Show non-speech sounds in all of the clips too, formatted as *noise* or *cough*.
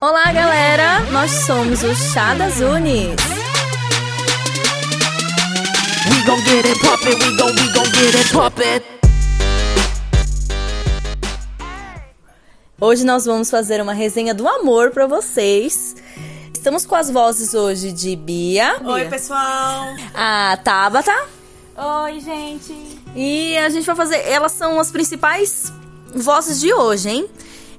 Olá, galera! Nós somos o Chá das Unis. We gon' get it poppin', we gon' we gon' get it poppin'. Hoje nós vamos fazer uma resenha do amor pra vocês. Estamos com as vozes hoje de Bia, Oi, pessoal! a Tabata Oi, gente! e a gente vai fazer. Elas são as principais vozes de hoje, hein?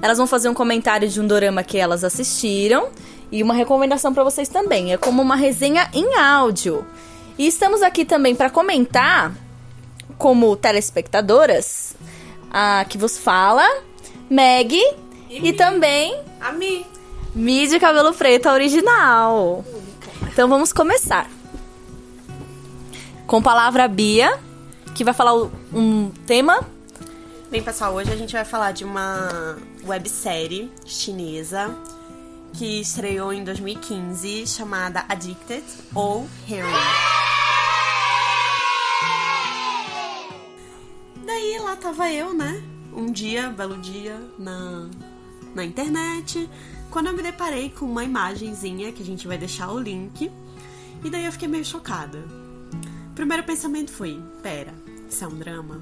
Elas vão fazer um comentário de um dorama que elas assistiram e uma recomendação pra vocês também. É como uma resenha em áudio. E estamos aqui também pra comentar como telespectadoras, a que vos fala, Meg e, também A Mi! Mi de cabelo preto a original. Então vamos começar. Com palavra Bia, que vai falar o- um tema. Bem, pessoal, hoje a gente vai falar de uma websérie chinesa que estreou em 2015 chamada Addicted ou Heroin. Daí lá tava eu, né? Um dia, belo dia, na, na internet, quando eu me deparei com uma imagenzinha que a gente vai deixar o link. E daí eu fiquei meio chocada. Primeiro pensamento foi: pera, isso é um drama?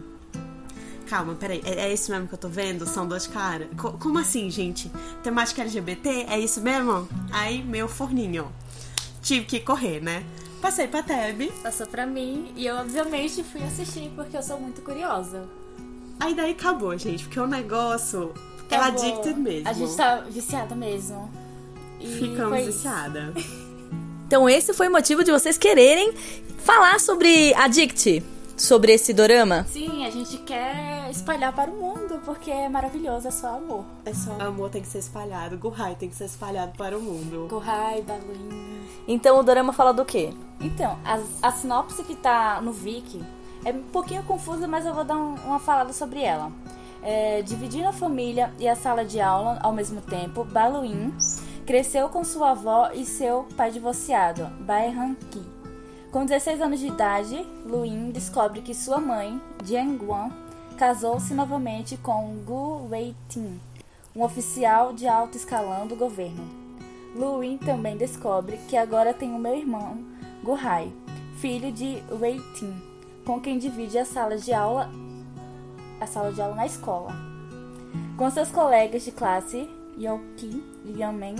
Calma, peraí, é, é isso mesmo que eu tô vendo? São duas caras? Co- como assim, gente? Temática LGBT? É isso mesmo? Aí, meu forninho. Tive que correr, né? Passei pra Teb. Passou pra mim e eu obviamente fui assistir porque eu sou muito curiosa. Aí daí acabou, gente, porque o negócio é Acabou. addicted mesmo. A gente tá viciada mesmo. E Ficamos foi isso. viciada. Então esse foi o motivo de vocês quererem falar sobre Addict, sobre esse dorama. Sim, a gente quer espalhar para o mundo porque é maravilhoso, é só amor. É só Amor tem que ser espalhado, Gohai tem que ser espalhado para o mundo. Gohai, Baluin. Então o dorama fala do quê? Então, a, a sinopse que tá no Viki é um pouquinho confusa, mas eu vou dar um- uma falada sobre ela. É, dividindo a família e a sala de aula ao mesmo tempo, Baluin cresceu com sua avó e seu pai divorciado, Bai Hanki. Com 16 anos de idade, Luin descobre que sua mãe, Jiang Guan, casou-se novamente com Gu Weitin, um oficial de alto escalão do governo. Luin também descobre que agora tem um meu irmão, Gohai, filho de Wei Tin, com quem divide a sala de aula a sala de aula na escola. Com seus colegas de classe, Yoki e Yamen,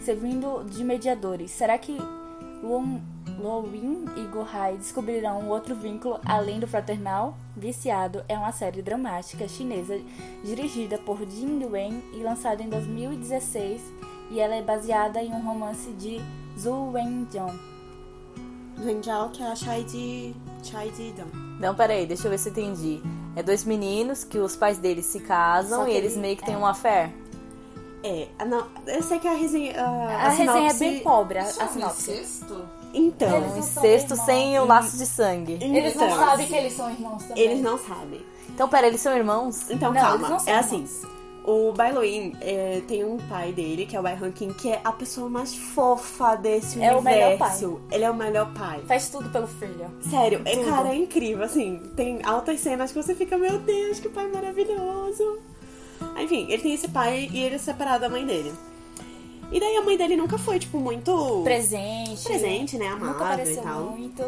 servindo de mediadores. Será que Luan- Luin e Gohai descobrirão um outro vínculo além do fraternal? Viciado é uma série dramática chinesa dirigida por Jin Yuen e lançada em 2016 e ela é baseada em um romance de Zhu Wenjiang. Genjal que é a Shai de. Shai de Dan. Não, peraí, deixa eu ver se eu entendi. É dois meninos que os pais deles se Só casam que e eles ele- meio que têm um é. uma fé. É, ah, não, eu sei que a resenha. A, A, resenha é sinopse- bem pobre, a, a sinopse. Então. Um Eles não são incesto irmãos. sem o laço de sangue. Eles não então, sabem que eles são irmãos também. Eles não sabem. Então, peraí, eles são irmãos? Então, Não, calma. eles não são é assim. irmãos. O Bailoin é, tem um pai dele, que é o Bai Rankin, que é a pessoa mais fofa desse É o melhor pai. universo. Ele é o melhor pai. Faz tudo pelo filho. Sério, é, cara, é incrível, assim. Tem altas cenas que você fica, meu Deus, que pai maravilhoso. Enfim, ele tem esse pai e ele é separado da mãe dele. E daí a mãe dele nunca foi, tipo, muito. Presente. Presente, né? Nunca Amável e apareceu tal. Uhum. muito.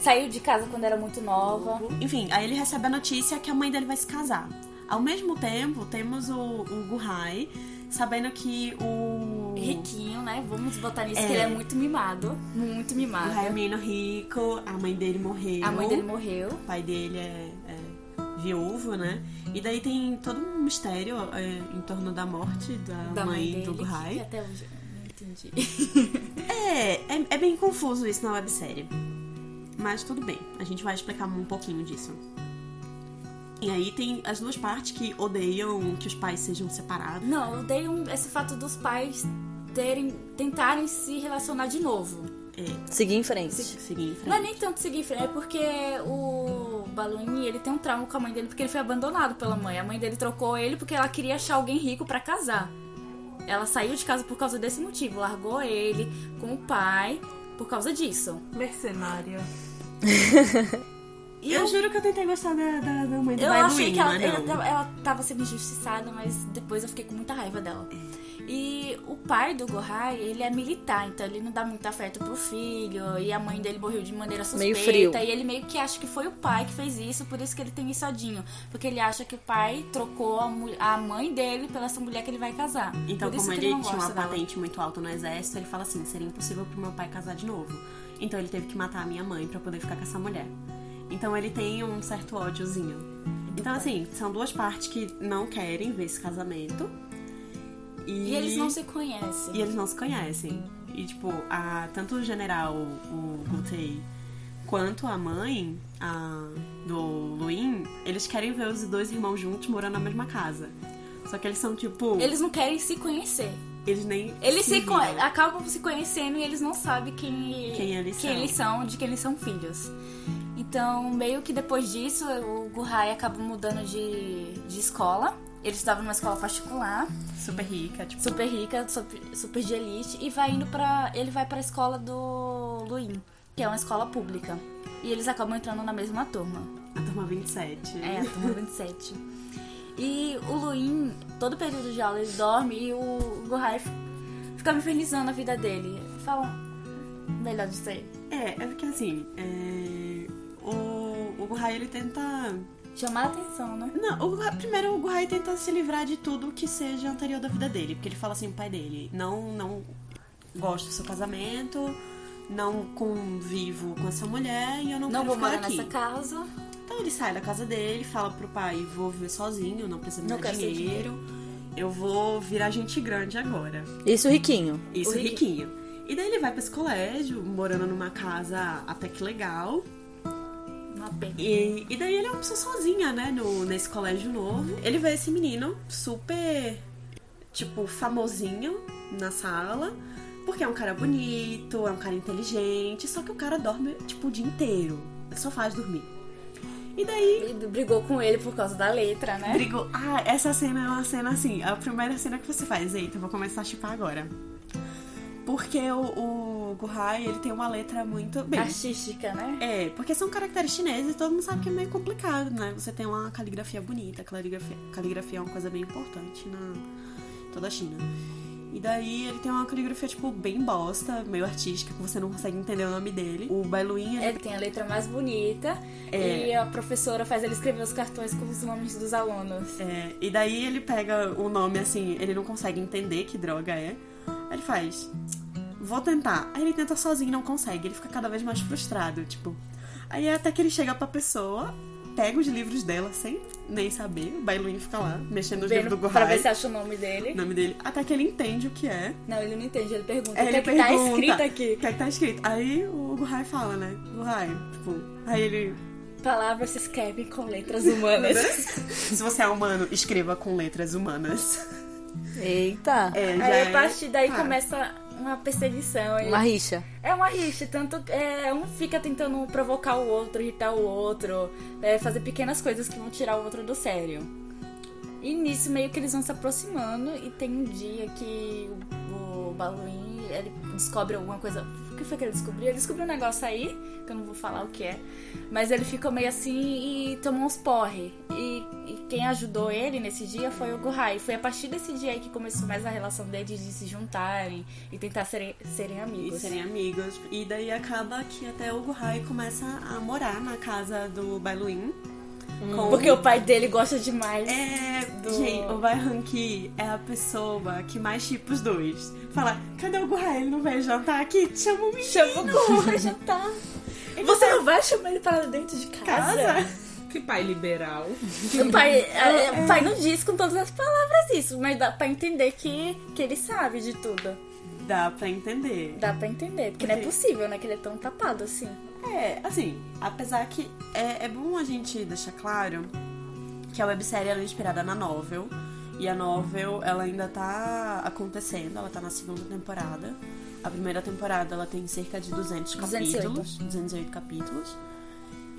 Saiu de casa quando era muito nova. Enfim, aí ele recebe a notícia que a mãe dele vai se casar. Ao mesmo tempo, temos o, o Guhai sabendo que o. Riquinho, né? Vamos botar nisso É. que ele é muito mimado. Muito O mimado. Guhai é um menino rico, a mãe dele morreu. Ah, A mãe dele morreu. O pai dele é, é viúvo, né? E daí tem todo um mistério é, em torno da morte da, Da mãe, dele. do que- Guhai. Que até hoje eu não entendi. *laughs* É, é, é bem confuso isso na websérie. Mas tudo bem, a gente vai explicar um pouquinho disso. E aí tem as duas partes que odeiam que os pais sejam separados. Não, eu odeio um- esse fato dos pais terem, tentarem se relacionar de novo. Seguir em frente. Seguir em frente. Não é nem tanto seguir em frente, é porque o Baluini, ele tem um trauma com a mãe dele porque ele foi abandonado pela mãe. A mãe dele trocou ele porque ela queria achar alguém rico pra casar. Ela saiu de casa por causa desse motivo, largou ele com o pai por causa disso. Mercenária. E eu, juro que eu tentei gostar da, da, da mãe do Eu Bailuim, achei que ela, mas ela, não. tava- ela tava sendo injustiçada, mas depois eu fiquei com muita raiva dela. E E o pai do Gohai, ele é militar, então ele não dá muito afeto pro filho. E a mãe dele morreu de maneira Meio suspeita. frio. E ele meio que acha que foi o pai que fez isso, por isso que ele tem isso odinho. Porque ele acha que o pai trocou a, mu- a mãe dele pela essa mulher que ele vai casar. Então, por isso como que ele, não tinha uma gosta dela. patente muito alta no exército, ele fala assim: seria impossível pro meu pai casar de novo. Então, ele teve que matar a minha mãe pra poder ficar com essa mulher. Então, ele tem um certo ódiozinho. Então, assim, são duas partes que não querem ver esse casamento. E, E eles não se conhecem. e eles não se conhecem. E, tipo, a, tanto o general, o Gutei, quanto a mãe a, do Luin, eles querem ver os dois irmãos juntos morando na mesma casa. Só que eles são, tipo. Eles não querem se conhecer. Eles nem. Eles se viram. con- acabam se conhecendo e eles não sabem quem, Quem eles são. são, de quem eles são filhos. Então, meio que depois disso, o Guhai acaba mudando de, de escola. Ele estudava numa escola particular, Super rica, tipo. super rica, super, super de elite, e vai indo pra. Ele vai pra escola do Luin, que é uma escola pública. E eles acabam entrando na mesma turma. A turma 27. É, a turma 27. E o Luin, todo período de aula, ele dorme e o Gohai fi- fica me infernizando a vida dele. Fala, melhor de ser. É, é porque assim. é, O, o Guhai, ele tenta. Chamar a atenção, né? Não, o Guhai- primeiro o Guhai tenta se livrar de tudo que seja anterior da vida dele. Porque ele fala assim, o pai dele, não, não gosto do seu casamento, não convivo com essa mulher e eu não, Não quero vou ficar morar aqui. nessa casa. Então ele sai da casa dele, fala pro pai, vou viver sozinho, não precisa me Não dar quero seu dinheiro, Eu vou virar gente grande agora. Isso, riquinho. Isso, O riquinho. E daí ele vai pra esse colégio, morando numa casa até que legal. Uma pena. E, e daí ele é uma pessoa sozinha, né? No, nesse colégio novo. Ele vê esse menino super, tipo, famosinho na sala. Porque é um cara bonito, é um cara inteligente. Só que o cara dorme, tipo, o dia inteiro. Só faz dormir. E daí Ele brigou com ele por causa da letra, né? Brigou. Ah, essa cena é uma cena assim. A primeira cena que você faz. Eita, eu vou começar a chipar agora. Porque o, o Guhai, ele tem uma letra muito. Bem, Artística, né? é, porque são caracteres chineses e todo mundo sabe que é meio complicado, né? Você tem uma caligrafia bonita, caligrafia, caligrafia é uma coisa bem importante na toda a China. E daí ele tem uma caligrafia, tipo, bem bosta, meio artística, que você não consegue entender o nome dele. O Bailuin, ele Ele tem a letra mais bonita É. e a professora faz ele escrever os cartões com os nomes dos alunos. É, e daí ele pega o nome assim, ele não consegue entender que droga é. Aí ele faz, vou tentar. Aí ele tenta sozinho e não consegue, ele fica cada vez mais frustrado, tipo. Aí até que ele chega pra pessoa, pega os livros dela sem nem saber, o Bailuin fica lá, mexendo nos livros do Vendo- Pra ver Gohai, se acha o nome dele. o nome dele, até que ele entende o que é. Não, ele não entende, ele pergunta. Aí o ele que é que tá pergunta, escrito O aqui? que é que tá escrito? Aí o Gohai fala, né? Gohai, tipo, aí ele, Palavras se escrevem com letras humanas. se você é humano, escreva com letras humanas. *laughs* Eita. É, já Aí é a partir daí fácil. começa uma perseguição. ele- Uma rixa. É uma rixa, tanto é, um fica tentando provocar o outro, irritar o outro, é, fazer pequenas coisas que vão tirar o outro do sério. E nisso meio que eles vão se aproximando e tem um dia que o, o Baluim ele descobre alguma coisa. O que foi que ele descobriu? Ele descobriu um negócio aí, que eu não vou falar o que é. Mas ele ficou meio assim e tomou uns porre. E, e quem ajudou ele nesse dia foi o Gohai. Foi a partir desse dia aí que começou mais a relação deles de se juntarem e tentar serem, serem E amigos. serem amigos. E daí acaba que até o Guhai começa a morar na casa do Bailuin. Com... Porque o pai dele gosta demais. É, do- gente, o Bai Hanki é a pessoa que mais chipa os dois. Fala, cadê o Guhai? Ele não veio jantar aqui? Chama o menino. Chama o Gu pra jantar. Você não vai chamar ele para dentro de casa? Casa. Que pai liberal. O pai, é, o pai não diz com todas as palavras isso, mas dá pra entender que, que ele sabe de tudo. Dá pra entender. Dá pra entender, porque não é possível, né? Que ele é tão tapado assim. É, assim, apesar que é, é bom a gente deixar claro que a websérie ela é inspirada na novel. E a novel, ela ainda tá acontecendo, ela tá na segunda temporada. A primeira temporada, ela tem cerca de 200 208. capítulos. 208 capítulos.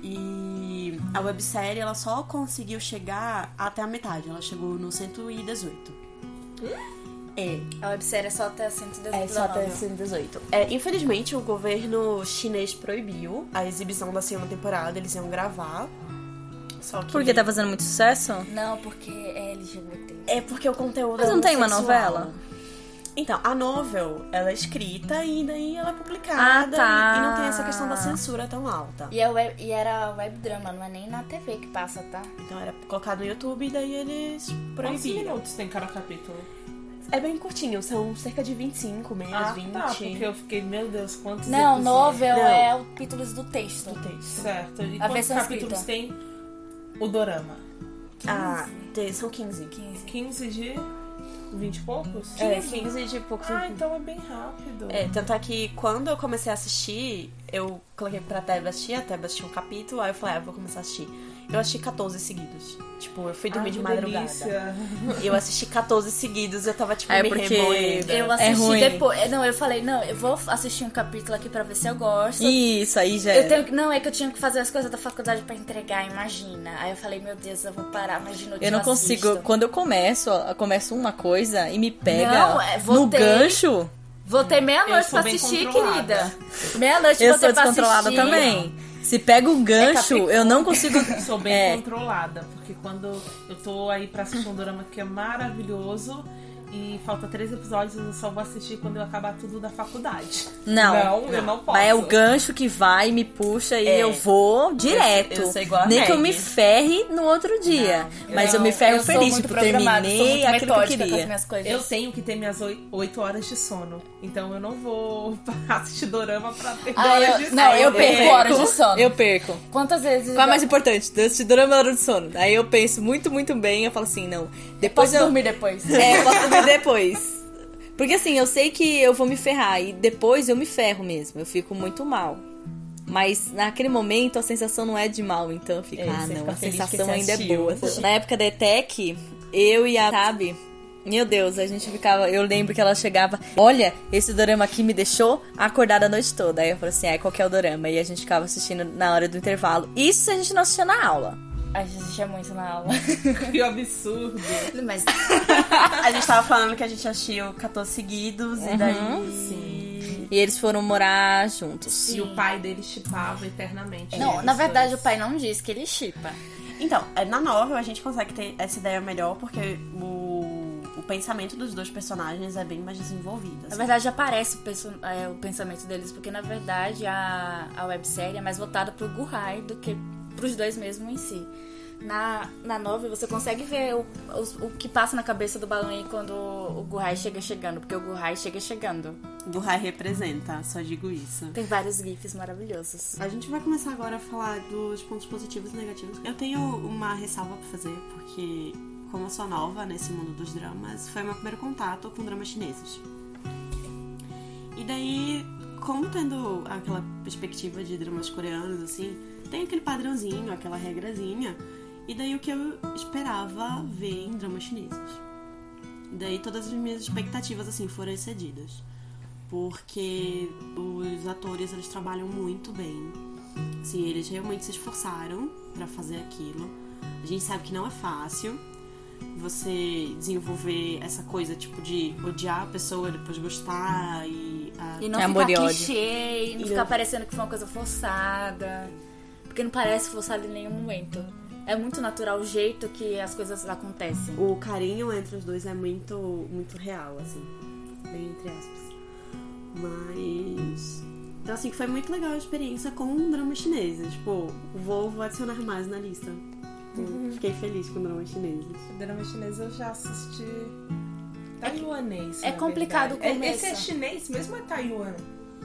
E a websérie, ela só conseguiu chegar até a metade. Ela chegou no 118. É, A websérie é só até 118 é, só né? até 118. É, infelizmente, o governo chinês proibiu a exibição da segunda temporada, eles iam gravar. Só que... Porque tá fazendo muito sucesso? Não, porque é LGBT. É porque o conteúdo. Mas não tem uma homossexual. novela? Então, a novel, ela é escrita e daí ela é publicada. Ah, tá. e, e não tem essa questão da censura tão alta. E, é web, e era web drama, não é nem na TV que passa, tá? Então era colocado no YouTube e daí eles Quantos proibiram. minutos tem cada capítulo? É bem curtinho, são cerca de 25 meses, Ah, 20. tá, porque eu fiquei, meu Deus, quantos Não, episódios? novel Não. é o títulos do texto. do texto. Certo. E A quantos versão capítulos escrita. tem o dorama? Ah, tem- são 15. 15. 15 de 20 e poucos? É, 15 de poucos. Ah, então é bem rápido. É, tanto é que quando eu comecei a assistir, eu coloquei pra Teba assistir, a Teba assistiu um capítulo, aí eu falei, ah, eu vou começar a assistir. Eu assisti 14 seguidos. Tipo, eu fui dormir Ah, de que madrugada. delícia. Eu assisti 14 seguidos, eu tava, tipo, É me porque remoendo. Eu É assisti ruim. depois. Não, eu falei, não, eu vou assistir um capítulo aqui pra ver se eu gosto. Isso, aí já Eu era. tenho que- não, é que eu tinha que fazer as coisas da faculdade pra entregar, imagina. Aí eu falei, meu Deus, eu vou parar, imagina Eu não consigo. assisto. Quando eu começo, ó, eu começo uma coisa e me pega Não, é, no voltei. gancho. Voltei Eu meia-noite sou pra bem assistir, controlada. querida. Meia-noite Eu voltei sou pra assistir. É descontrolada também. Se pega um gancho, eu não *laughs* consigo. Sou bem É. controlada, porque quando eu tô aí pra assistir um drama que é maravilhoso e falta três episódios, eu só vou assistir quando eu acabar tudo da faculdade. Não. Não, eu não posso. Mas é o gancho que vai, me puxa e É. eu vou direto. Eu sou- eu sou igual a Nem que eu me Maggie. ferre no outro dia. mas eu, Não, me ferro sou feliz, muito tipo, programada, sou terminei muito aquilo que eu metódica com as queria. minhas coisas. Eu tenho que ter minhas oi- oito horas de sono. Então eu não vou *laughs* assistir dorama pra ter Ah, horas eu- de sono. não, eu perco horas de sono. Eu perco. Quantas vezes? Qual é mais importante? Assistir dorama ou hora de sono? Aí eu penso muito, muito bem. Eu falo assim, não. Depois Posso eu. dormir depois. É, eu posso dormir depois. Porque assim, eu sei que eu vou me ferrar e depois eu me ferro mesmo. Eu fico muito mal. Mas naquele momento a sensação não é de mal, então fica, É, ah você não, fica a feliz que sensação você ainda é assistiu. boa. Na época da ETEC, eu e a Tabi, meu Deus, a gente ficava, eu lembro que ela chegava, olha, esse dorama aqui me deixou acordada a noite toda. Aí eu falei assim, ai, qual que é o dorama? E a gente ficava assistindo na hora do intervalo. Isso se a gente não assistia na aula. A gente assistia é muito na aula. Que É absurdo. Mas A gente tava falando que a gente assistiu 14 seguidos e daí. Uhum. Sim. E eles foram morar juntos. E o pai dele chipava eternamente. Não, eles na verdade o dois. pai não diz que ele chipa. Então, é, na novel a gente consegue ter essa ideia melhor porque o, o pensamento dos dois personagens é bem mais desenvolvido. Na É assim. verdade aparece o, perso- é, o pensamento deles, porque na verdade a, a websérie é mais voltada pro Guhai do que pros dois mesmo em si. Na, na novel você consegue ver o, os- o, que passa na cabeça do Balão quando o Guhai chega chegando, porque o Guhai chega chegando. Burrai representa, só digo isso. Tem vários gifs maravilhosos. A gente vai começar agora a falar dos pontos positivos e negativos. Eu tenho uma ressalva pra fazer, porque como eu sou nova nesse mundo dos dramas, foi meu primeiro contato com dramas chineses. E daí, como tendo aquela perspectiva de dramas coreanos, assim, tem aquele padrãozinho, aquela regrazinha, e daí o que eu esperava ver em dramas chineses. Daí todas as minhas expectativas, assim, foram excedidas porque os atores eles trabalham muito bem. Assim, eles realmente se esforçaram pra fazer aquilo. A gente sabe que não é fácil você desenvolver essa coisa tipo de odiar a pessoa depois gostar e ah, a... E não É amor e ficar ódio. clichê, e não E ficar eu- parecendo que foi uma coisa forçada. Porque não parece forçado em nenhum momento. É muito natural o jeito que as coisas acontecem. o carinho entre os dois é muito muito real assim, bem entre aspas. Mas então assim foi muito legal a experiência com um dramas chineses. Tipo, vou, vou adicionar mais na lista. Eu Fiquei feliz com dramas chineses. Drama chinês eu já assisti taiwanês. é na complicado verdade. o É- começo. Esse é chinês mesmo ou é Taiwan?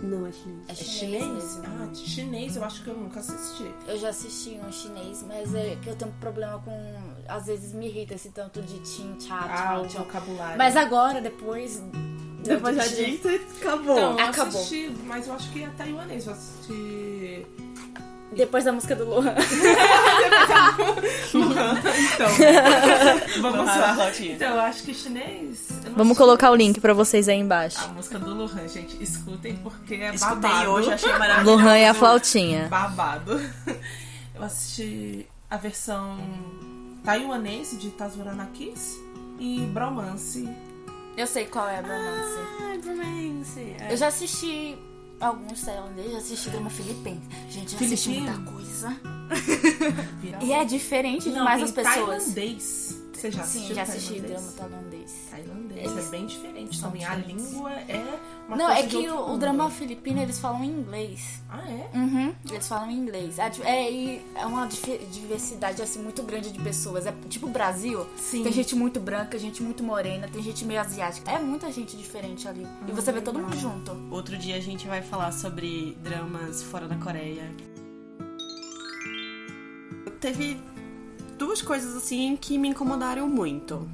Não é chinês. É É chinês chinês? mesmo. Ah, chinês eu acho que eu nunca assisti. Eu já assisti um chinês, mas é que eu tenho problema com. Às vezes me irrita esse tanto de tchim, tchá, Ah, tchau, o tchau. vocabulário. Mas agora, depois. Depois já eu te- dito, acabou. Então, eu Acabou. assisti, mas eu acho que é taiwanês. *laughs* Eu assisti. Depois da música do Luan. Então, *laughs* Vamos lá. Então, eu acho que chinês. eu não Vamos assisti. colocar o link pra vocês aí embaixo. A música do Lohan, gente. Escutem porque é Escutei babado. hoje, *laughs* achei maravilhoso. Lohan e a flautinha. Babado. *laughs* Eu assisti a versão taiwanense de Tazurana Kiss e Bromance. Eu sei qual é a romance. Ai, romance. É. Eu já assisti alguns tailandeses, já assisti drama filipino. Gente, já assisti Filipino? muita coisa. *laughs* E é diferente Não, demais tem as pessoas. Tailandês. Você já assistiu Sim, já assisti tailandês? drama tailandês. independência. É bem diferente São também. A diferentes. língua é uma Não, coisa é que de outro o, o mundo. drama filipino eles falam em inglês. Ah, é? Uhum, eles falam em inglês. A di- É, e é uma dife- diversidade assim muito grande de pessoas. É tipo o Brasil. Sim. Tem gente muito branca, gente muito morena, tem gente meio asiática. É muita gente diferente ali. E você vê todo mundo junto. Outro dia a gente vai falar sobre dramas fora da Coreia. Teve duas coisas assim que me incomodaram muito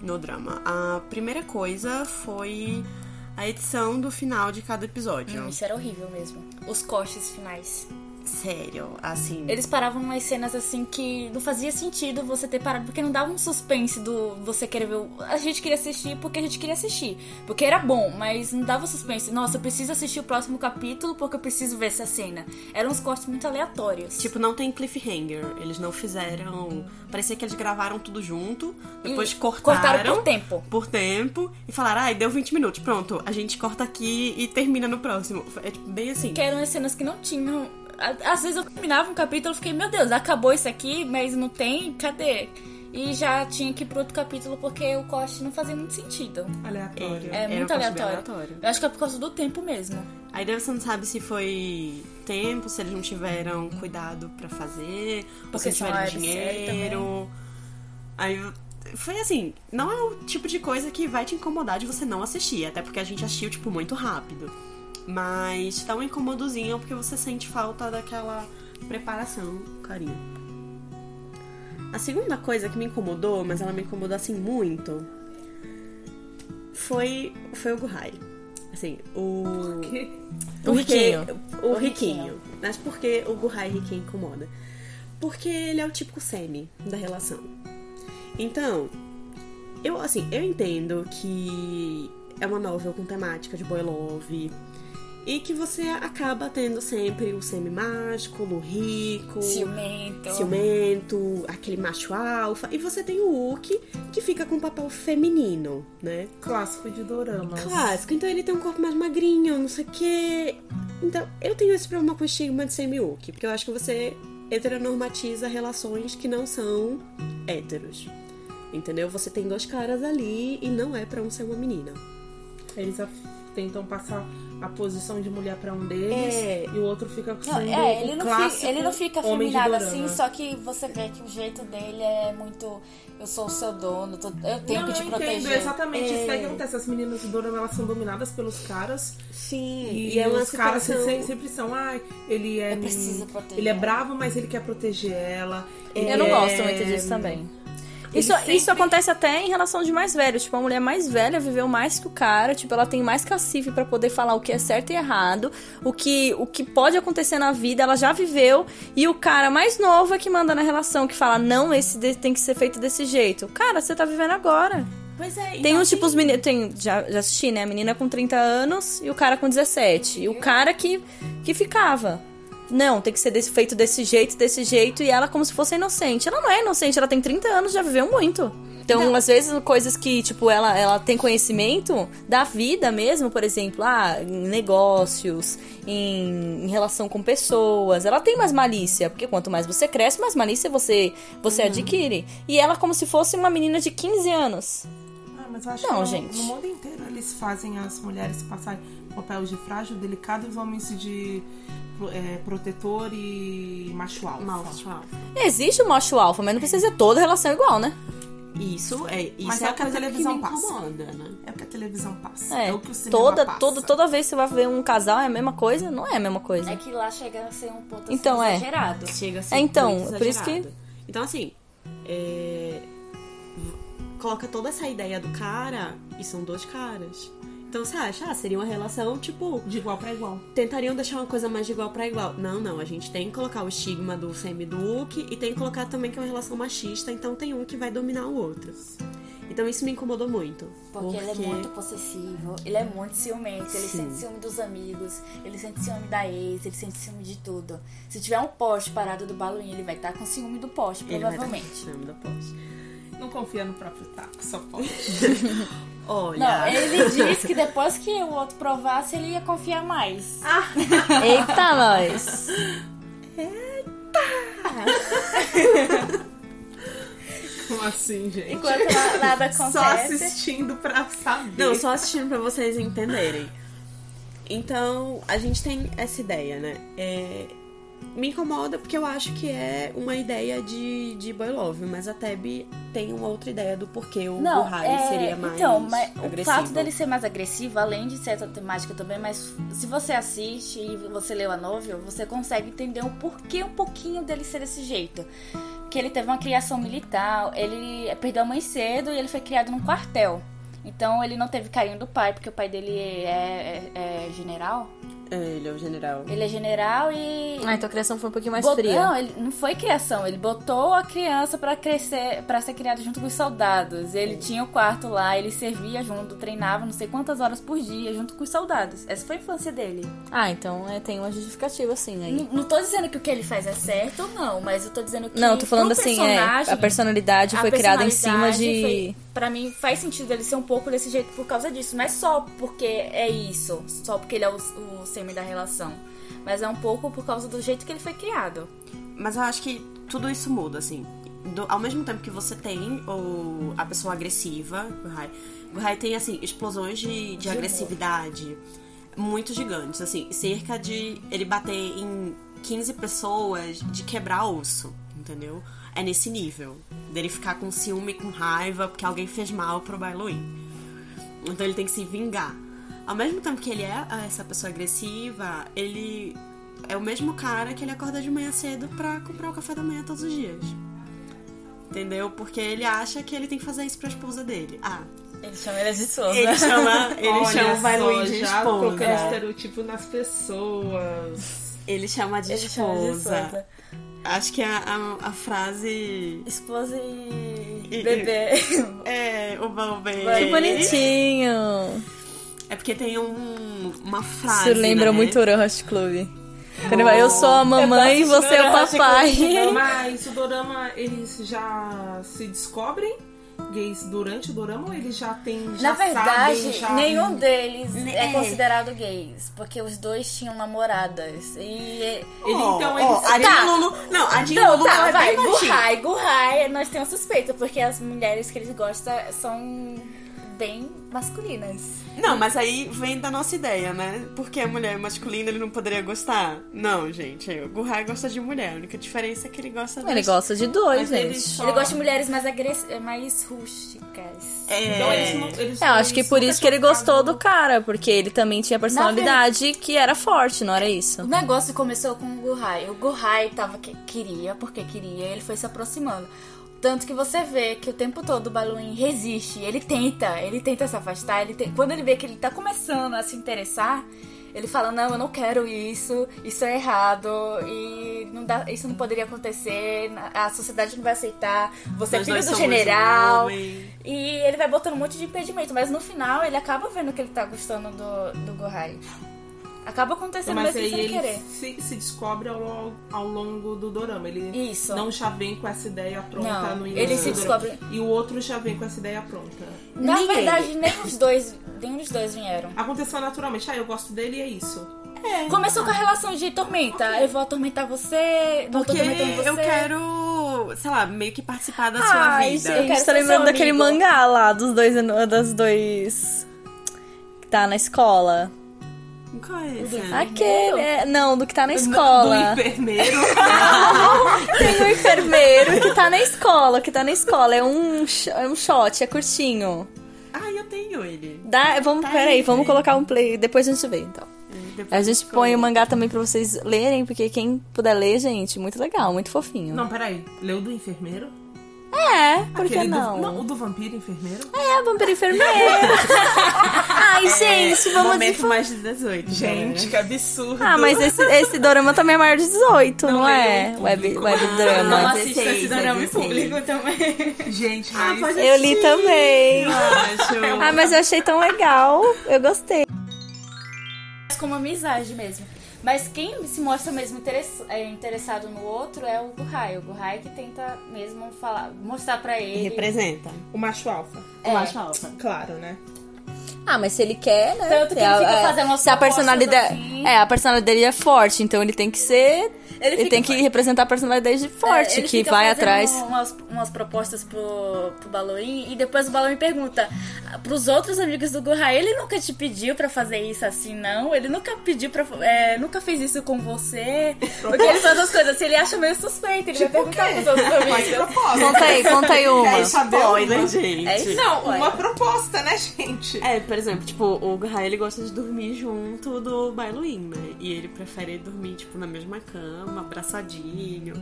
no drama. A primeira coisa foi a edição do final de cada episódio. Isso era horrível mesmo. Os cortes finais. Sério, assim. Eles paravam umas cenas assim que não fazia sentido você ter parado, porque não dava um suspense do você querer ver. o- A gente queria assistir porque a gente queria assistir. Porque era bom, mas não dava suspense. Nossa, eu preciso assistir o próximo capítulo porque eu preciso ver essa cena. Eram uns cortes muito aleatórios. Tipo, não tem cliffhanger. Eles não fizeram. Parecia que eles gravaram tudo junto, depois E cortaram. cortaram por tempo. Por tempo e falaram, ai, deu 20 minutos, pronto, a gente corta aqui e termina no próximo. É tipo, bem assim. Que eram as cenas que não tinham. a- Às vezes eu terminava um capítulo e fiquei, meu Deus, acabou isso aqui, mas não tem? Cadê? E já tinha que ir pro outro capítulo porque o corte não fazia muito sentido. Aleatório. É Era um muito corte bem aleatório. aleatório. Eu acho que é por causa do tempo mesmo. Aí daí você não sabe se foi tempo, se eles não tiveram cuidado pra fazer, ou se Porque eles são tiveram websérie dinheiro. Aí foi assim, não é o tipo de coisa que vai te incomodar de você não assistir, até porque a gente assistiu, tipo, muito rápido. Mas dá um incomodozinho porque você sente falta daquela preparação, carinho. A segunda coisa que me incomodou, mas ela me incomodou assim muito, foi, foi o Guhai. Assim, o. O riquinho. Porque- O riquinho. Mas por que o Guhai riquinho incomoda? Porque ele é o típico semi da relação. Então, eu assim, eu entendo que é uma novel com temática de boy love e que você acaba tendo sempre o semi másculo, rico, Ciumento. Então, ciumento, aquele macho alfa, e você tem o Uki que fica com um papel feminino, né? Clássico de dorama. Clássico, então ele tem um corpo mais magrinho, não sei o quê. Então, eu tenho esse problema com o estigma de semi-woke, porque eu acho que você heteronormatiza relações que não são héteros. Entendeu? Você tem dois caras ali e não é pra um ser uma menina. Eles a- tentam passar a posição de mulher pra um deles É. e o outro fica Não, sendo é, ele o não, clássico fica, ele não fica homem de afeminado dorama. assim, só que você vê que o jeito dele é muito. Eu sou o seu dono, tô- eu tenho não, que te eu proteger. É. entendo, exatamente isso que acontece. As meninas do dorama, elas são dominadas pelos caras Sim, E, é um os caras sempre, sempre são, ai, ele é. Eu preciso proteger Ele é ela." bravo, mas ele quer proteger ela. Eu Ele não é- gosto muito disso também. Ele Isso, sempre- isso acontece até em relação de mais velho. Tipo, a mulher mais velha viveu mais que o cara. Tipo, ela tem mais cacife pra poder falar o que é certo e errado. O que, o que pode acontecer na vida, ela já viveu. E o cara mais novo é que manda na relação. Que fala, não, esse de- tem que ser feito desse jeito. Cara, você tá vivendo agora. Pois é, Tem uns um tipos... meni- Tem, já, já assisti, né? A menina com 30 anos e o cara com 17. E o cara que, que ficava. Não, tem que ser desse- feito desse jeito, desse jeito. E ela como se fosse inocente. Ela não é inocente, ela tem 30 anos, já viveu muito. Então, às vezes, coisas que, tipo, ela, ela tem conhecimento da vida mesmo, por exemplo, ah, em negócios, em, em relação com pessoas. Ela tem mais malícia, porque quanto mais você cresce, mais malícia você, você adquire. E ela como se fosse uma menina de 15 anos. Ah, mas eu acho Não, que no, gente. no mundo inteiro eles fazem as mulheres passarem papel de frágil, delicado e os homens de pro- é, protetor e macho alfa. Macho alfa. Existe o macho alfa, mas não precisa ser toda relação igual, né? Isso é, isso Mas é é a o que a coisa que me televisão passa. incomoda, né? É o que a televisão passa. É, o que o cinema toda, passa. toda, toda vez que você vai ver um casal é a mesma coisa? Não é a mesma coisa. É que lá chega a ser um ponto assim, Então, é. exagerado. Uhum. Chega a ser É, então, muito é por isso que- exagerado. Então, assim, é, v- coloca toda essa ideia do cara e são dois caras. Então você acha, ah, seria uma relação, tipo, De igual pra igual. tentariam deixar uma coisa mais de igual pra igual. Não, não, a gente tem que colocar o estigma do semi do Hulk e tem que colocar também que é uma relação machista, então tem um que vai dominar o outro. Então isso me incomodou muito. Porque, ele é muito possessivo, ele é muito ciumento, ele Sim. sente ciúme dos amigos, ele sente ciúme da ex, ele sente ciúme de tudo. Se tiver um poste parado do Baluim, ele vai estar com ciúme do poste, Ele vai tá dar provavelmente. chama da posse. Não confia no próprio taco, só pode. *laughs* Olha. Não, ele disse que depois que o outro provasse, ele ia confiar mais. Ah, *laughs* Eita, nós! Como assim, gente? Enquanto na- nada Só acontece. assistindo pra saber. Não, só assistindo pra vocês entenderem. Então, a gente tem essa ideia, né? É, me incomoda porque eu acho que é uma ideia de, de boy love, mas a Teb tem uma outra ideia do porquê o Não, Burrari é, seria mais então, mas o agressivo. fato dele ser mais agressivo, além de ser essa temática também, mas se você assiste e você leu a novel, você consegue entender o porquê um pouquinho dele ser desse jeito. Que ele teve uma criação militar, ele perdeu a mãe cedo e ele foi criado num quartel. Então ele não teve carinho do pai, porque o pai dele é, é- é general. É, ele é o general. Ele é general e Ah, então a criação foi um pouquinho mais Bot- fria. Não, ele não foi criação, ele botou a criança pra crescer, para ser criada junto com os soldados. Ele tinha o quarto lá, ele servia junto, treinava não sei quantas horas por dia junto com os soldados. Essa foi a infância dele. Ah, então é, tem uma justificativa, sim, aí. N- Não tô dizendo que o que ele faz é certo ou não, mas eu tô dizendo que Não, eu tô falando pro assim, é, a personagem, personalidade a foi criada em cima personalidade de... foi- Pra mim faz sentido ele ser um pouco desse jeito por causa disso, não é só porque é isso, só porque ele é o, o sêmen da relação, mas é um pouco por causa do jeito que ele foi criado. Mas eu acho que tudo isso muda, assim. Do- ao mesmo tempo que você tem o, a pessoa agressiva, Guhai, Guhai tem, assim, explosões de, de agressividade muito gigantes, assim. Cerca de ele bater em 15 pessoas, de quebrar osso, entendeu? É nesse nível. Dele ficar com ciúme, com raiva, porque alguém fez mal pro Bailuim. Então ele tem que se vingar. Ao mesmo tempo que ele é essa pessoa agressiva, ele é o mesmo cara que ele acorda de manhã cedo pra comprar o café da manhã todos os dias. Entendeu? Porque ele acha que ele tem que fazer isso pra esposa dele. Ah, Ele chama ele de Souza. ele chama, ele Olha chama o só, Vailuim de já colocando esposa. É. estereotipo nas *laughs* pessoas. Ele chama de Ele chama de esposa. esposa. Acho que é a, a, a frase. Esposa e E- bebê. É, o Balbê. Que bonitinho! É porque tem um, uma frase. Isso lembra né? muito Rush Club. Quando ele vai, eu sou a mamãe e você é o Rush Club. papai. então. Mas o dorama, eles já se descobrem gays durante o dorama ou eles já têm. Já Na verdade, sabem, já... nenhum deles é É. considerado gays, porque os dois tinham namoradas. E. Ele, Ó, então, ó, eles. a Dinha Tá. Lulu. Não, a Dinha Não, Lulu tá, é vai, bem baixinha. Guhai, Guhai, nós temos suspeita, porque as mulheres que eles gostam são bem masculinas. Não, mas aí vem da nossa ideia, né? Porque a mulher masculina ele não poderia gostar. Não, gente. O Guhai gosta de mulher. A única diferença é que ele gosta Ele das- gosta de dois, Mas eles gente. só- Ele gosta de mulheres mais agress... mais rústicas. É... Então, eles não, eles, É, eu acho que eles por nunca isso que ele tinham gostou ficado- do cara, porque ele também tinha personalidade que era forte, não era O Então, isso? tá negócio começou com o Gohai. O Gohai tava que queria, porque queria, ele foi se aproximando. Tanto que você vê que o tempo todo o Baluin resiste, ele tenta, ele tenta se afastar, ele te- quando ele vê que ele tá começando a se interessar, ele fala: "Não, eu não quero isso, isso é errado e não dá, isso não poderia acontecer, na- a sociedade não vai aceitar, você Nós é dois filho do somos general". homem. E ele vai botando um monte de impedimento, mas no final ele acaba vendo que ele tá gostando do, do Gohai. Acaba acontecendo Mas mesmo aí sem ele querer. se, se descobre ao, lo- ao longo do dorama. Ele Isso. não já vem com essa ideia pronta Não, no ele início. se do dorama. descobre- E o outro já vem com essa ideia pronta. Na Ninguém. verdade, nem os dois, nem os dois vieram. Aconteceu naturalmente. Ah, eu gosto dele e é isso. Começou com a relação de tormenta. Eu vou atormentar você, vou Porque atormentando você. eu quero, sei lá, meio que participar da sua Ai, vida. gente. Eu quero Você tá ser lembrando seu daquele amigo. mangá lá, dos dois, das dois... Que tá na escola. Qual é esse? Aquele, é, não, do que tá na escola. Do enfermeiro. Tem um enfermeiro que tá na escola, que tá na escola. É um, sh- é um shot, é curtinho. ah, eu tenho ele. Dá, vamos, Tá peraí, aí, vamos né? colocar um play, depois a gente vê, então. A gente põe o mangá também pra vocês lerem, porque quem puder ler, gente, muito legal, muito fofinho. Não, peraí. Leu do enfermeiro? É, por que Aquele do- não? o do vampiro enfermeiro? É, vampiro enfermeiro. *laughs* Ai, gente, vamos... Momento dif- mais de né? 18. Gente, que absurdo. Ah, mas esse, esse dorama também é maior de 18, não, Não é é? em Web, público. web Não drama. assista é esse 16, dorama em 16. público também. Gente, mas... pode- Eu li também. É galera. Ah, mas eu achei tão legal. Eu gostei. Mas como amizade mesmo. Mas quem se mostra mesmo interess- é, interessado no outro é o Guhai. O Guhai que tenta mesmo falar, mostrar pra ele. Representa. O macho alfa. É. Eu acho alfa. Claro, né? Ah, mas se ele quer, né? Tanto que É, ele fica é, fazendo umas se a propostas personalidade, assim. É, a personalidade dele é forte, então ele tem que ser Ele Ele fica- tem que representar a personalidade forte É, ele que fica vai fazendo um- atrás. Umas, umas propostas pro, pro Baloim e depois o Baloim pergunta pros outros amigos do Gurra, ele nunca te pediu pra fazer isso assim, não? Ele nunca pediu pra. é, nunca fez isso com você? Porque ele faz as coisas assim, ele acha meio suspeito, ele vai perguntar pros outros Mas amigos. proposta. Conta aí, conta aí uma. É Spoiler, spoiler. gente. É isso? Não, Ué. uma proposta, né, gente? É, por exemplo, tipo, o Rael ele gosta de dormir junto do Bailuin, né? E ele prefere dormir, tipo, na mesma cama, abraçadinho.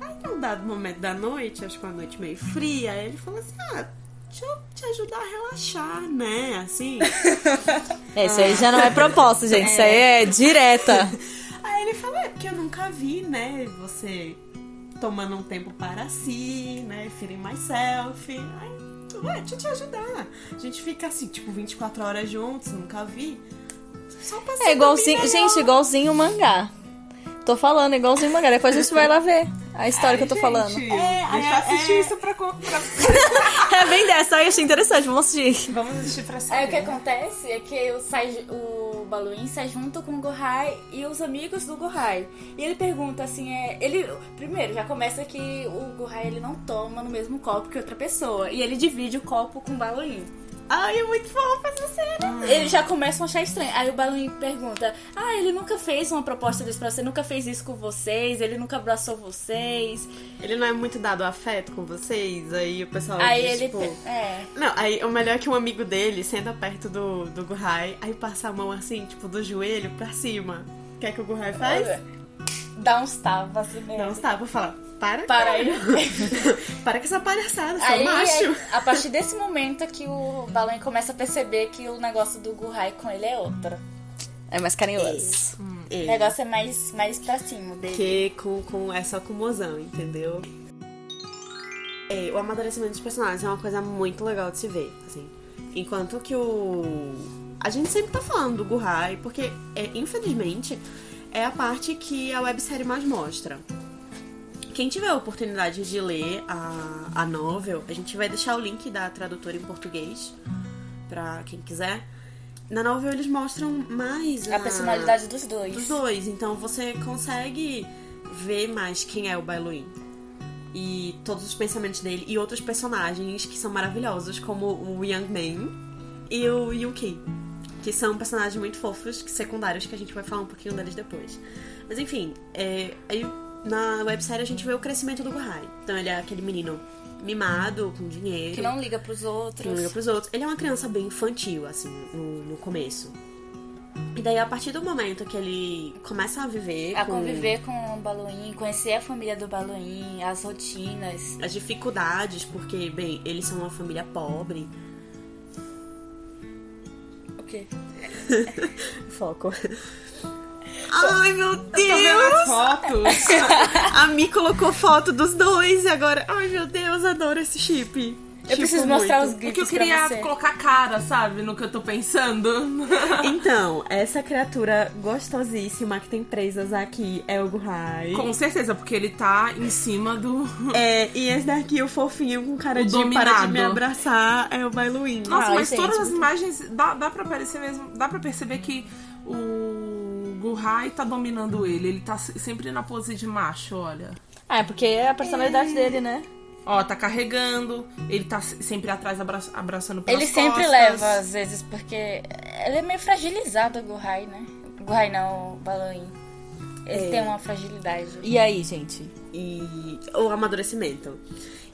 Aí num dado momento da noite, acho que uma noite meio fria, aí ele fala assim, ah, deixa eu te ajudar a relaxar, né? Assim. É, isso aí já não é proposta, gente. Isso aí é *laughs* direta. Aí ele fala, é porque eu nunca vi, né? Você tomando um tempo para si, né? Feeling myself. Aí, ué, deixa eu te ajudar. A gente fica assim, tipo, 24 horas juntos, nunca vi. Só pra É se igualzinho, dormir gente, melhor. igualzinho o mangá. Tô falando, igualzinho o mangá. Depois a gente vai lá ver a história que eu tô falando. É, Deixa eu assistir isso pra, co- pra *laughs* É bem dessa, aí eu achei interessante, vamos assistir. Vamos assistir pra Aí o né? que saber. acontece é que o, sai, o Baluin sai junto com o Gohai e os amigos do Gohai. E ele pergunta assim, é, ele primeiro já começa que o Gohai ele não toma no mesmo copo que outra pessoa e ele divide o copo com o Baluin. Ah. Ai, é muito fofo essa cena. Eles já começam a achar estranho. Aí o Baluin pergunta: Ah, ele nunca fez uma proposta desse pra você, nunca fez isso com vocês, ele nunca abraçou vocês. Ele não é muito dado a afeto com vocês, aí o pessoal Aí diz, ele. tipo... pe- É. Não, aí o melhor é que um amigo dele senta perto do, do Guhai, aí passa a mão assim, tipo, do joelho pra cima. Quer que o Guhai faz? Dá uns tapas assim mesmo. Não, está, vou falar. Para, Para cara. aí. *laughs* Para com essa palhaçada, seu Aí, macho. aí, a partir desse momento é que o Balan começa a perceber que o negócio do Guhai com ele é outro. É mais carinhoso. O Ele. negócio é mais, mais pra cima dele. Que com, com, é só com mozão, entendeu? É, o amadurecimento dos personagens é uma coisa muito legal de se ver, assim. Enquanto que o... A gente sempre tá falando do Guhai, porque, é, infelizmente, é a parte que a websérie mais mostra. Quem tiver a oportunidade de ler a, a novel, a gente vai deixar o link da tradutora em português, pra quem quiser. Na novel eles mostram mais A personalidade dos dois. dos dois. Então você consegue ver mais quem é o Bailuin. E todos os pensamentos dele. E outros personagens que são maravilhosos, como o Young Man e o Yuki. Que são personagens muito fofos, que- secundários, que a gente vai falar um pouquinho deles depois. Mas enfim, é, aí na websérie a gente vê o crescimento do Guhai. Então ele é aquele menino mimado, com dinheiro. Que não liga pros Que não liga outros. pros outros. Ele é uma criança bem infantil, assim, no, no começo. E daí, a partir do momento que ele começa a viver A com conviver com o Baluim, conhecer a família do Baluim, as rotinas. as dificuldades, porque, bem, eles são uma família pobre. O quê? Foco. Ai, meu Deus! As fotos. *laughs* A Mi colocou foto dos dois e agora... Ai, meu Deus, adoro esse chip. Tipo Eu preciso mostrar os É que eu gifs pra queria você. colocar cara, sabe, no que eu tô pensando. *laughs* Então, essa criatura gostosíssima que tem presas aqui é o Guhai. Com certeza, porque ele tá em cima *laughs* do. É, e esse daqui, o fofinho com cara O de para de dominado. me abraçar, é o Bailuin. Nossa, Ai, mas gente, todas as imagens dá, dá pra parecer mesmo. Dá pra perceber que o Guhai tá dominando ele. Ele tá se- sempre na pose de macho, olha. Ah, é porque é a personalidade dele, né? Ó, tá carregando, ele tá se- sempre atrás abra abraçando pelas Ele sempre costas. leva, às vezes, porque ele é meio fragilizado, o Guhai, né? Guhai não, o Baluim. É. Ele tem uma fragilidade. E aí, gente? e o amadurecimento.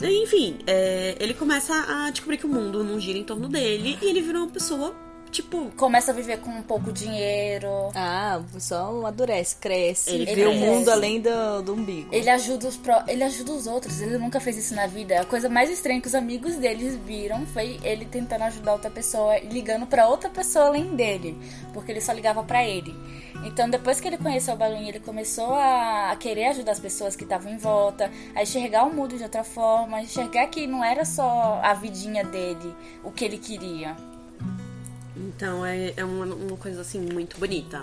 E, enfim, é, ele começa a descobrir que o mundo não gira em torno dele e ele vira uma pessoa, tipo. começa a viver com um pouco dinheiro. Ah, só amadurece, cresce, Ele vê o cresce. mundo além do, do umbigo. Ele ajuda, os pró- ele ajuda os outros, ele nunca fez isso na vida. A coisa mais estranha que os amigos deles viram foi ele tentando ajudar outra pessoa e ligando pra outra pessoa além dele, porque ele só ligava pra ele. Então, depois que ele conheceu o Baluim, ele começou a, a querer ajudar as pessoas que estavam em volta, a enxergar o mundo de outra forma, a enxergar que não era só a vidinha dele, o que ele queria. Então é, é uma, uma coisa assim muito bonita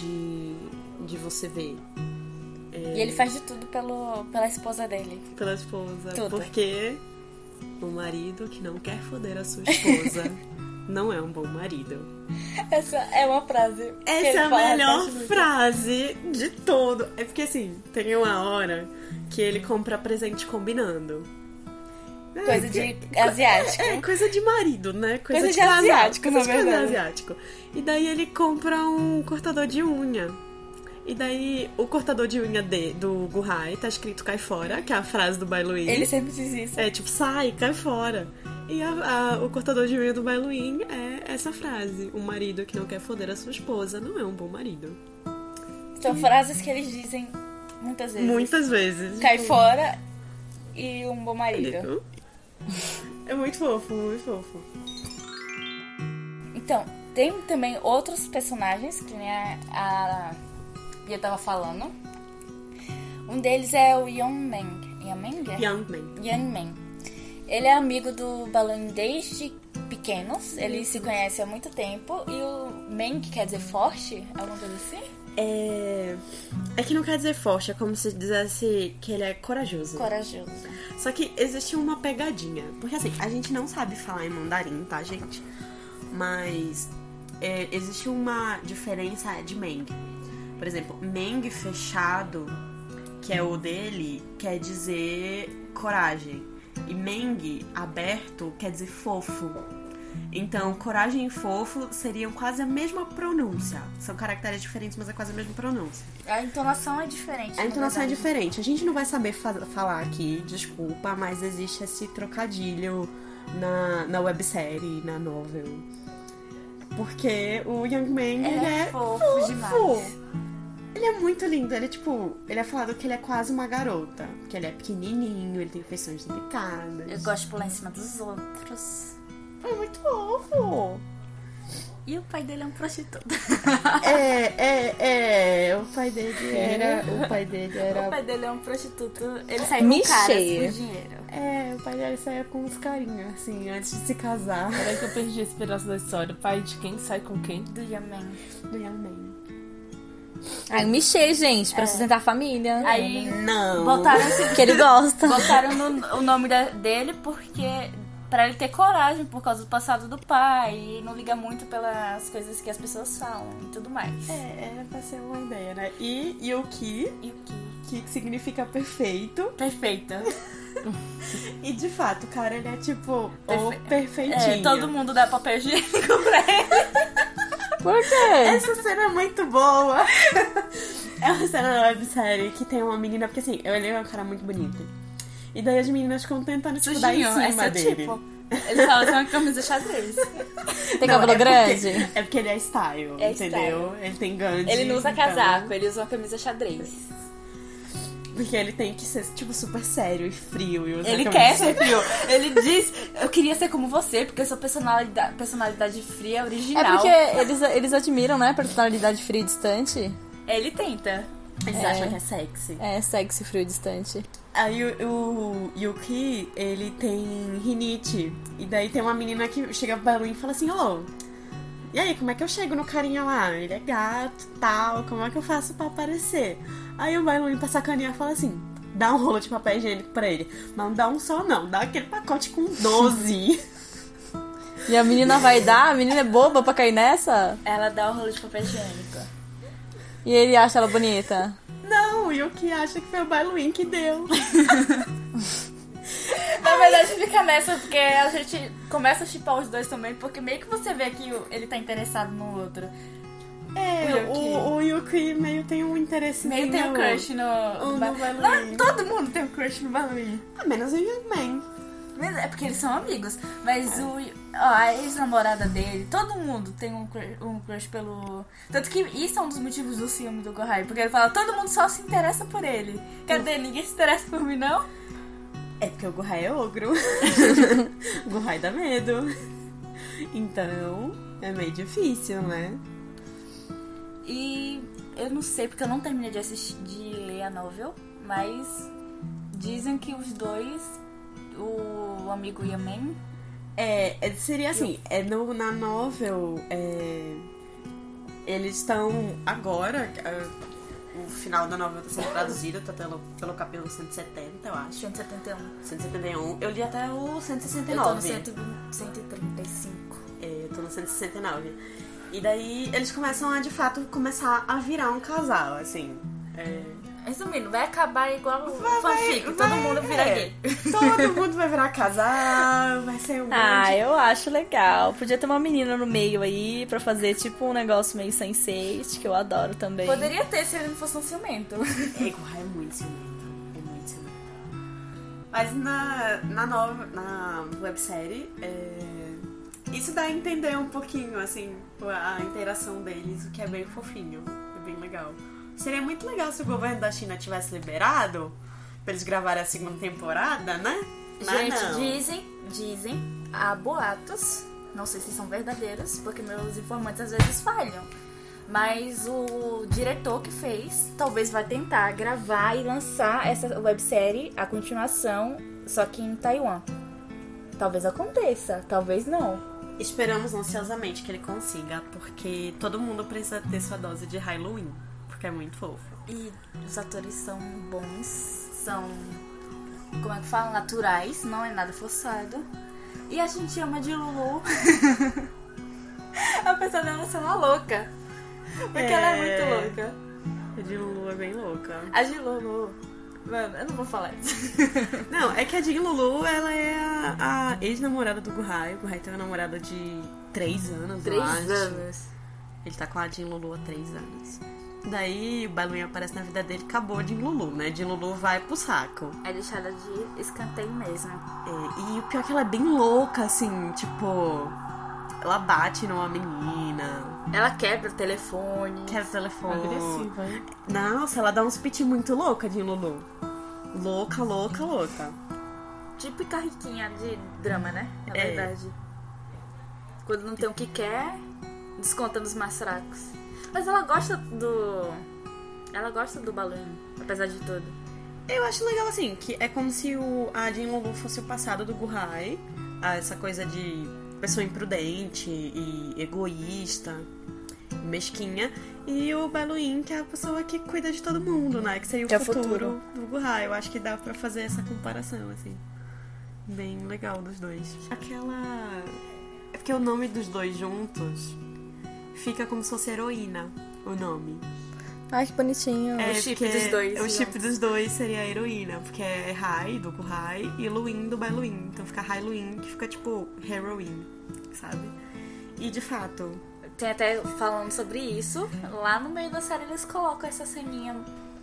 de, de você ver E ele faz de tudo pelo, pela esposa dele. *laughs* pela esposa. Tudo. *laughs* Porque o marido que não quer foder a sua esposa não é um bom marido. Essa é uma frase. que ele Essa é a fala, né? melhor repete muito. frase de todo. É porque assim, tem uma hora que ele compra presente combinando. É, Tipo, Coisa que- de asiático. É, coisa de marido, né? Coisa, Coisa de casal, asiático, coisa na de casal verdade. asiático. E daí ele compra um cortador de unha. E daí o cortador de unha de- do Guhai tá escrito cai fora, que é a frase do Bailuin. Ele sempre diz isso. É tipo, sai, cai fora. E a- a- o cortador de unha do Bailuin é essa frase. Um marido que não quer foder a sua esposa não é um bom marido. São frases que eles dizem muitas vezes. Muitas vezes. É. Cai fora e um bom marido. É muito fofo, muito fofo. Então, tem também outros personagens, que nem a, a Bia tava falando. Um deles é o Yang Meng. Yang Meng? é? Young man. Yang Men. Ele é amigo do Balloon desde pequenos, eles se conhecem há muito tempo e o Men, que quer dizer forte, alguma coisa assim? É... é que não quer dizer forte, é como se dissesse que ele é corajoso. Corajoso. Só que existe uma pegadinha. Porque assim, a gente não sabe falar em mandarim, tá, gente? Mas é, existe uma diferença de Meng. Por exemplo, Meng fechado, que é o dele, quer dizer coragem. E Meng aberto quer dizer fofo. Então, coragem e fofo seriam quase a mesma pronúncia. São caracteres diferentes, mas é quase a mesma pronúncia. A entonação é diferente. A entonação é na verdade. diferente. A gente não vai saber fa- falar aqui, desculpa, mas existe esse trocadilho na, na websérie, na novel. Porque o Young Man, ele, Ele é é fofo demais. Ele é muito lindo. Ele é tipo, ele é falado que ele é quase uma garota. Que ele é pequenininho, ele tem feições delicadas. Eu gosto de pular em cima dos outros. É muito fofo. E o pai dele é um prostituto. *laughs* é, é, é. O pai dele era. O pai dele O era. pai dele é um prostituto. Ele sai Me com caras cheia. por dinheiro. É, o pai dele saía com uns carinhos, assim, antes de se casar. Peraí que eu perdi esse pedaço da história. Pai de quem sai com quem? Do Yamen. Do Young Man. Ai, me enchei, gente, pra sustentar a família. Aí Não. botaram esse Que ele gosta. Botaram no- o nome da- dele porque. Pra ele ter coragem por causa do passado do pai e não liga muito pelas coisas que as pessoas falam e tudo mais. É, era pra ser uma ideia, né? E Yuki, E o que? que significa perfeito. Perfeita. *laughs* E de fato, o cara, ele é tipo Perfe- o perfeitinho. É, todo mundo dá papel higiênico pra ele. Por quê? Essa cena é muito boa. *laughs* é uma cena da websérie que tem uma menina, porque assim, ele é um cara muito bonito. E daí as meninas ficam tentando tipo, dar em Sujinho, cima esse é dele. tipo. *laughs* Ele fala que é uma camisa xadrez. Tem Não, cabelo é grande? Porque, é porque ele é style, É entendeu? Ele tem grande. Ele não usa então- casaco, ele usa uma camisa xadrez. Porque ele tem que ser, tipo, super sério e frio. E usar Ele camisa quer ser frio. Ele diz, eu queria ser como você, porque eu sou personalidade, personalidade fria É original. porque eles, eles admiram, né? Personalidade frio e distante. Ele tenta. Eles acham que é sexy. É, sexy frio e distante. Aí o, o Yuki, ele tem rinite. E daí tem uma menina que chega pro Balloon e fala assim, ô, e aí, como é que eu chego no carinha lá? Ele é gato, tal, como é que eu faço pra aparecer? Aí o Balloon pra sacanear fala assim, dá um rolo de papel higiênico pra ele. Mas não dá um só não, dá aquele pacote com *laughs* 12. E a menina vai dar? A menina é boba pra cair nessa? Ela dá o rolo de papel higiênico. E ele acha ela bonita? não, o Yuki acha que foi o Balloon que *laughs* deu. Na verdade, fica nessa, porque a gente começa a chipar os dois também, porque meio que você vê que o- ele tá interessado no outro. É, O Yuki. o, o Yuki meio tem um interesse Meio tem um crush no. O ba- do Balloon. Não, todo mundo tem um crush no Balloon. A menos o Yangman. Mas É porque eles são amigos. Mas o. Ó, a ex-namorada dele, todo mundo tem um crush, um crush pelo. Tanto que isso é um dos motivos do ciúme do Gohai, porque ele fala, todo mundo só se interessa por ele. Cadê? Ninguém se interessa por mim, não? É porque o Gohai é ogro. o Gohai dá medo. Então, é meio difícil, né? E eu não sei porque eu não terminei de assistir de ler a novel, mas dizem que os dois, o amigo Yamen, É, é- seria assim, é no, na novel, é, eles estão agora, é, o final da novel tá sendo traduzido, tá pelo, pelo capítulo 170, eu acho. 171. 171, eu li um, até o Eu tô no 169. 135. É, eu tô no 169. E daí eles começam a, de fato, começar a virar um casal, assim. É, Resumindo, vai acabar igual o Vai, vai, fanfic, todo vai, mundo vira é. gay. Todo mundo vai virar casal, vai ser um Ah, grande... eu acho legal. Podia ter uma menina no meio aí pra fazer tipo um negócio meio sensei, que eu adoro também. Poderia ter se ele não fosse um ciumento. Ego é muito ciumento, é muito ciumento. Mas na, na nova, na websérie, é, isso dá a entender um pouquinho, assim, a interação deles, o que é bem fofinho, é bem legal. Seria muito legal se o governo da China tivesse liberado pra eles gravarem a segunda temporada, né? Mas Gente, não. dizem, dizem, há boatos, não sei se são verdadeiros, porque meus informantes às vezes falham. Mas o diretor que fez, talvez vai tentar gravar e lançar essa websérie, a continuação, só que em Taiwan. Talvez aconteça, talvez não. Esperamos ansiosamente que ele consiga, porque todo mundo precisa ter sua dose de Halloween, porque é muito fofo. E os atores são bons, são, como é que fala, naturais, não é nada forçado. E a gente ama de Lulu. *laughs* Apesar dela ser uma louca. Porque ela é É. muito louca. A de Lulu é bem louca. A de Lulu. Mano, eu não vou falar isso. Não, é que a Jean Lulu, ela é a, a ex-namorada do Guhai. O Guhai tem uma namorada de 3 anos, eu acho. Ele tá com a Jean Lulu há 3 anos. Daí o Baluinho aparece na vida dele, acabou a Jean Lulu, né? Jean Lulu vai pro saco. É deixada de escanteio mesmo. É, e o pior é que ela é bem louca, assim, tipo... Ela bate numa menina, Ela quebra o telefone. quer o telefone... Agressiva, hein? Nossa, ela dá uns pit muito louca de Lulu. Louca, louca, louca. Típica riquinha de drama, né? Na É. verdade. Quando não tem o que quer, desconta nos mais fracos. Mas ela gosta do. Ela gosta do balão, apesar de tudo. Eu acho legal assim, que é como se o a Jin Lulu fosse o passado do Guhai. Ah, Essa coisa de pessoa imprudente e egoísta, mesquinha. E o Baluin, que é a pessoa que cuida de todo mundo, né? Que seria o, Que é o futuro, futuro. do Guhai. Eu acho que dá pra fazer essa comparação, assim. Bem legal dos dois. Aquela. É porque o nome dos dois juntos fica como se fosse heroína, o nome. Ai, que bonitinho. É, O chip porque dos dois, O né? chip dos dois seria a heroína, porque é Rai do Kuhai e Luin do Bailuin. Então fica Rai Luin, que fica tipo heroin, sabe? E de fato, Tem até falando sobre isso. Lá no meio da série eles colocam essa ceninha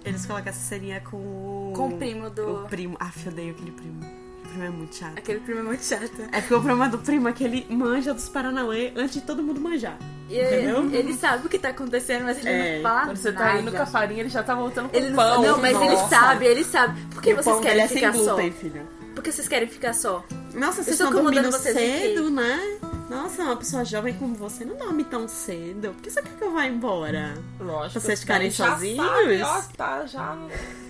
eles colocam essa serinha com o. com o primo do. O primo. Ah, eu odeio aquele primo. O primo é muito chato. Aquele primo é *laughs* muito chato. É porque o problema do primo é que ele manja dos Paranauê antes de todo mundo manjar. E Entendeu? ele sabe o que tá acontecendo, mas ele É, não fala Quando você tá nada. indo com a farinha, ele já tá voltando com Ele não, pão. não, mas ele Nossa. sabe, ele sabe. Por que E o vocês pão dele querem é sem ficar só? glúten, filha. Por que vocês querem ficar só? Nossa, vocês estou estão dormindo incomodando vocês aqui. cedo, né? Nossa, uma pessoa jovem como você não dorme tão cedo. Por que você quer que eu vá embora? Lógico. Vocês ficarem já sozinhos? Sabe, ó, tá, já...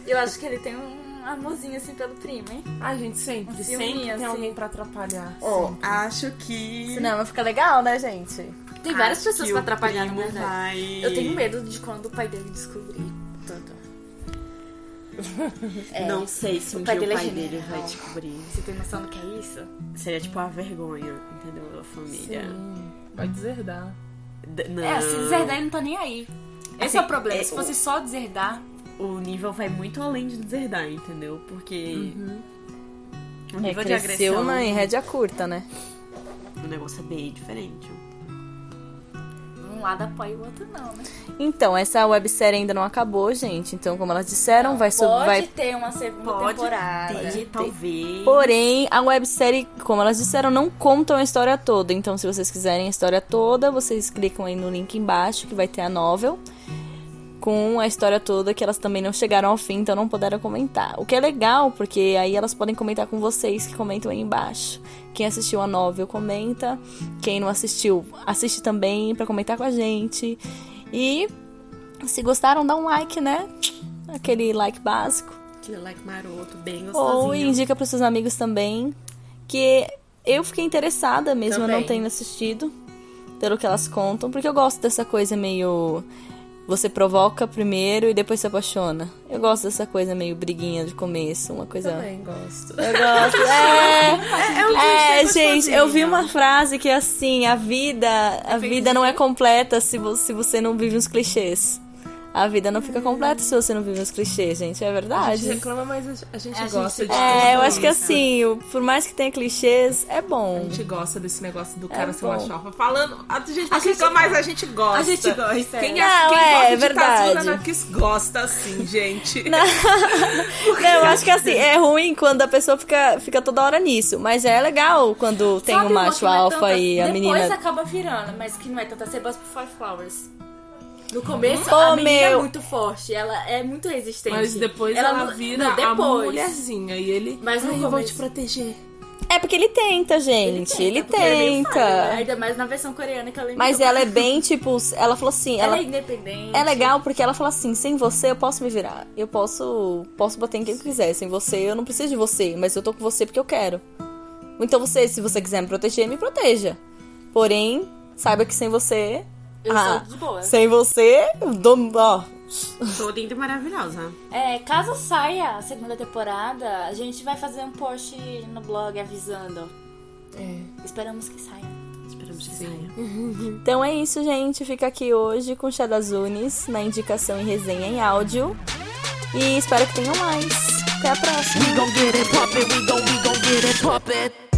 Eu acho que ele tem um amorzinho assim pelo primo, hein? Ai, gente, sempre, Um filminho, sempre assim. tem alguém pra atrapalhar. Ó, acho que. Cinema fica legal, né, gente? Tem várias acho pessoas que pra o atrapalhar, na primo verdade. vai- Eu tenho medo de quando o pai dele descobrir tudo. Não sei se um O dia pai o dele é pai genial. dele vai descobrir. Você tem noção do que é isso? Seria tipo uma vergonha, entendeu? Da família. Sim, vai deserdar. D- não. É, se deserdar, ele não tá nem aí. Esse Assim, é o problema. é, Se fosse só deserdar, O nível vai muito além de deserdar, entendeu? Porque. O Uhum. É, nível de cresceu agressão. na, em rédea curta, né? O negócio é bem diferente. um lado apoia o outro, não, né? Então, essa websérie ainda não acabou, gente. Então, como elas disseram, vai, so- Pode vai ter uma segunda temporada. ter, talvez. Porém, a websérie, como elas disseram, não contam a história toda. Então, se vocês quiserem a história toda, vocês clicam aí no link embaixo que vai ter a novel com a história toda que elas também não chegaram ao fim, então não puderam comentar. O que é legal, porque aí elas podem comentar com vocês que comentam aí embaixo. Quem assistiu a novel comenta, quem não assistiu, assiste também pra comentar com a gente. E se gostaram, dá um like, né? Aquele like básico. Aquele like maroto, bem Ou gostosinho. indica para seus amigos também. Que eu fiquei interessada mesmo, eu Também. não tenho assistido, pelo que elas contam, porque eu gosto dessa coisa meio Você provoca primeiro e depois se apaixona. Eu gosto dessa coisa meio briguinha de começo, uma coisa. Também gosto. Eu gosto. É, é um é, clichê gente, eu vi gostosinho. uma frase que é assim, a vida, a vida não é completa se vo- se você não vive os clichês. A vida não fica completa se você não vive os clichês, gente, é A gente verdade. reclama, mas a gente A gente gosta de Tá tudo É, eu acho que isso. assim, o- por mais que tenha clichês, é A bom. gente gosta desse negócio do cara ser uma bom. chorpa. Falando, a gente A gente fica mais mais a gente gosta. A gente gosta. Quem, Não, quem é, gosta é de Tazuna verdade. na Kiss gosta assim, gente. *laughs* Não, eu acho que assim, é ruim quando a pessoa fica, fica toda hora nisso, mas é legal quando tem o Sabe uma que macho não é alfa tanta- e a depois menina acaba virando, mas que não é tanta Sebas por Five Flowers. No começo, Ô, a menina é meu. muito forte, ela é muito resistente. Mas depois ela, ela, não- vira não, depois. a mulherzinha e ele. Mas no "Ai, eu vou começo- te proteger. É porque ele tenta, Ele gente. Ele porque ela é meio tenta. falha, né? Ainda mais na versão coreana que eu lembro. Mas ela é bem, tipo, ela falou assim, Ela ela, é independente. é legal porque ela fala assim, sem você eu posso me virar. Eu posso, posso bater em quem eu quiser. Sem você eu não preciso de você, mas eu tô com você porque eu quero. Então você, se você quiser me proteger, me proteja. Porém, saiba que sem você, Eu Ah, sou de boa. sem você, eu dou, ó, Tô linda e maravilhosa. É, caso saia a segunda temporada, a gente vai fazer um post no blog avisando. É. Esperamos que saia. Esperamos que saia. Então é isso, gente. Fica aqui hoje com Shadazunes na indicação e resenha em áudio. E espero que tenham mais. Até a próxima. We gon' get it poppin', we gon' we gon' get it poppin'.